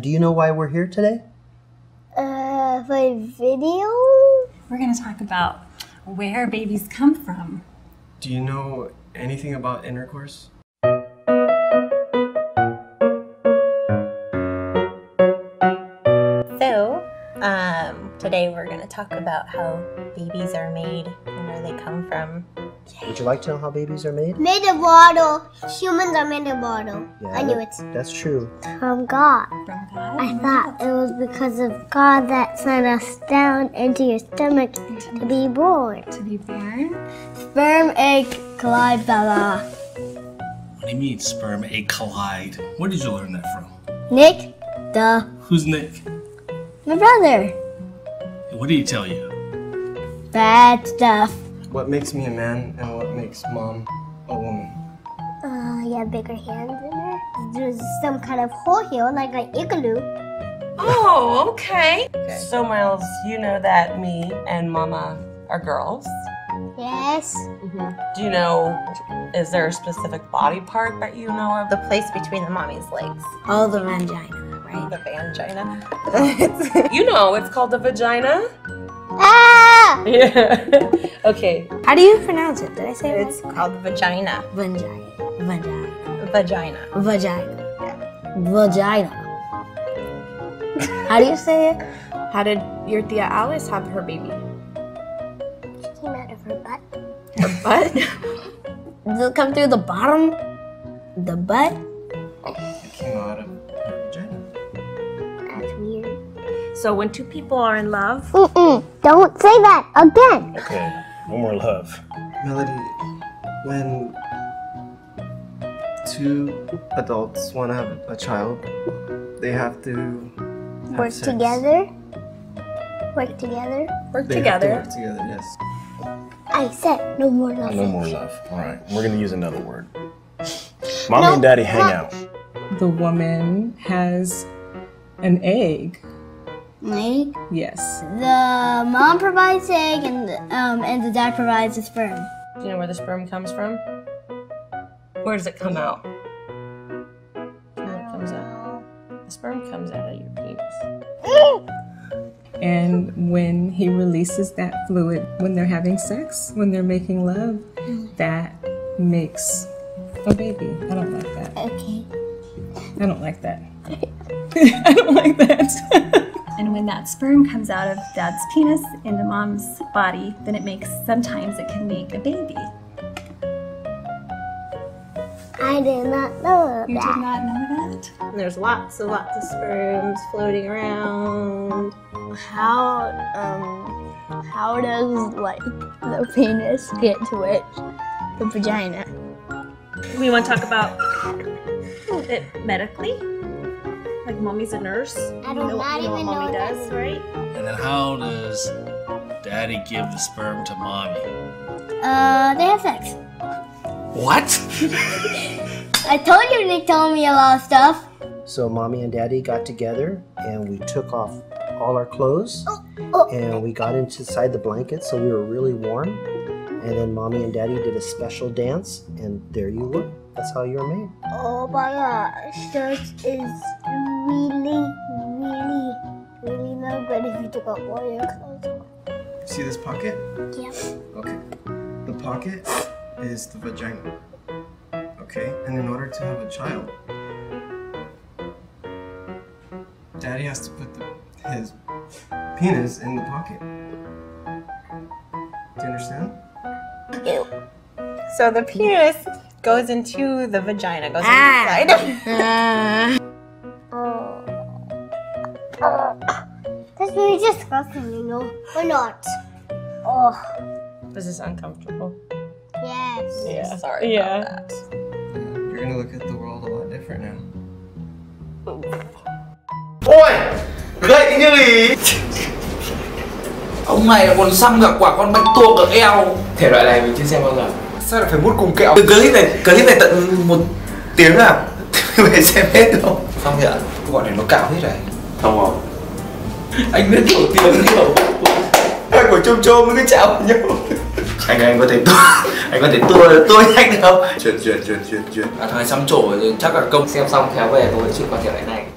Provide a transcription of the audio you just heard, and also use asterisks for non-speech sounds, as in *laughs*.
do you know why we're here today? Uh, by video? We're going to talk about where babies come from. Do you know anything about intercourse? So, um, today we're going to talk about how babies are made and where they come from. Would you like to know how babies are made? Made a bottle. Humans are made a bottle. I knew it. that- That's true. From God. From God? I thought it was because of God that sent us down into your stomach to be born. To be born? Sperm, egg, collide, Bella. What do you mean sperm egg collide? Where did you learn that from? Nick, the Who's Nick? my brother. What did he tell you? Bad stuff. What makes me a man and what makes mom a woman? Uh, yeah, bigger hands in there. There's some kind of hole here, like an igloo. Oh, okay. So, Miles, you know that me and Mama are girls. Yes. Do you know, is there a specific body part that you know of? the place between the mommy's legs, All the mangina, right? the vagina. You know, it's called the vagina. Ah! Yeah. *laughs* okay. How do you pronounce it? Did I say it It's called vagina. right? Vagina. Vagina. Vagina. Vagina. Vagina. How do you say it? How did your Thea Alice have her baby? Came out of her butt. But Does it come through the bottom? The butt? It came out of her vagina. That's weird. so when two people are in love, Mm-mm. Don't say that again. Okay, no more love. Melody, when two adults want to have a child, they have to have Work sex. together. Work together. work They have together. to work together, yes. I said no more love. No more love. All right, we're gonna use another word. Mommy and daddy hang out. the woman has an egg. Egg. Yes. The mom provides egg, and the, um, and the dad provides the sperm. Do you know where the sperm comes from? Where does it come out? Where it comes out. The sperm comes out of your penis. And when he releases that fluid when they're having sex, when they're making love, that makes a baby. I don't like that. Okay. I don't like that. *laughs* I don't like that. And when that sperm comes out of dad's penis into mom's body, then it makes, sometimes it can make a baby. I did not know You did not know that? And there's lots and lots of sperms floating around. How um how does like the penis get to it? The vagina. We want to talk about it medically. Like mommy's a nurse. I do You know, not you know what mommy even know what that does, right? And then how does daddy give the sperm to mommy? Uh, they have sex. What? *laughs* I told you they told me a lot of stuff. So mommy and daddy got together and we took off all our clothes oh. and we got inside the blanket so we were really warm. And then mommy and daddy did a special dance and there you look. That's how you're made. Oh my gosh, this is really, really, really not good if you took out all your clothes. See this pocket? Yep. Okay. The pocket is the vagina. Okay? And in order to have a child, daddy has to put the, his penis in the pocket. Do you understand? So the penis goes into the vagina, goes inside. Oh. That's really disgusting, you know. Or not. Oh, This is uncomfortable. yes. Yeah. Sorry yeah. about that. You're gonna look at the world a lot different now. Ông này còn xăm cả quả con bánh tuông ở eo Thể loại này mình chưa xem bao giờ Sao lại phải mút cùng kẹo? Từ clip này, clip này tận một tiếng à? Phải xem hết đâu Xong rồi ạ, gọi này nó cạo hết rồi Không không Anh biết kiểu tiếng kiểu Anh của chôm chôm nó cứ chạm vào nhau anh anh có thể tua anh có thể tua tua nhanh không chuyển chuyển chuyển chuyển chuyển à thằng này xăm trổ chắc là công xem xong kéo về tôi chịu qua thể loại này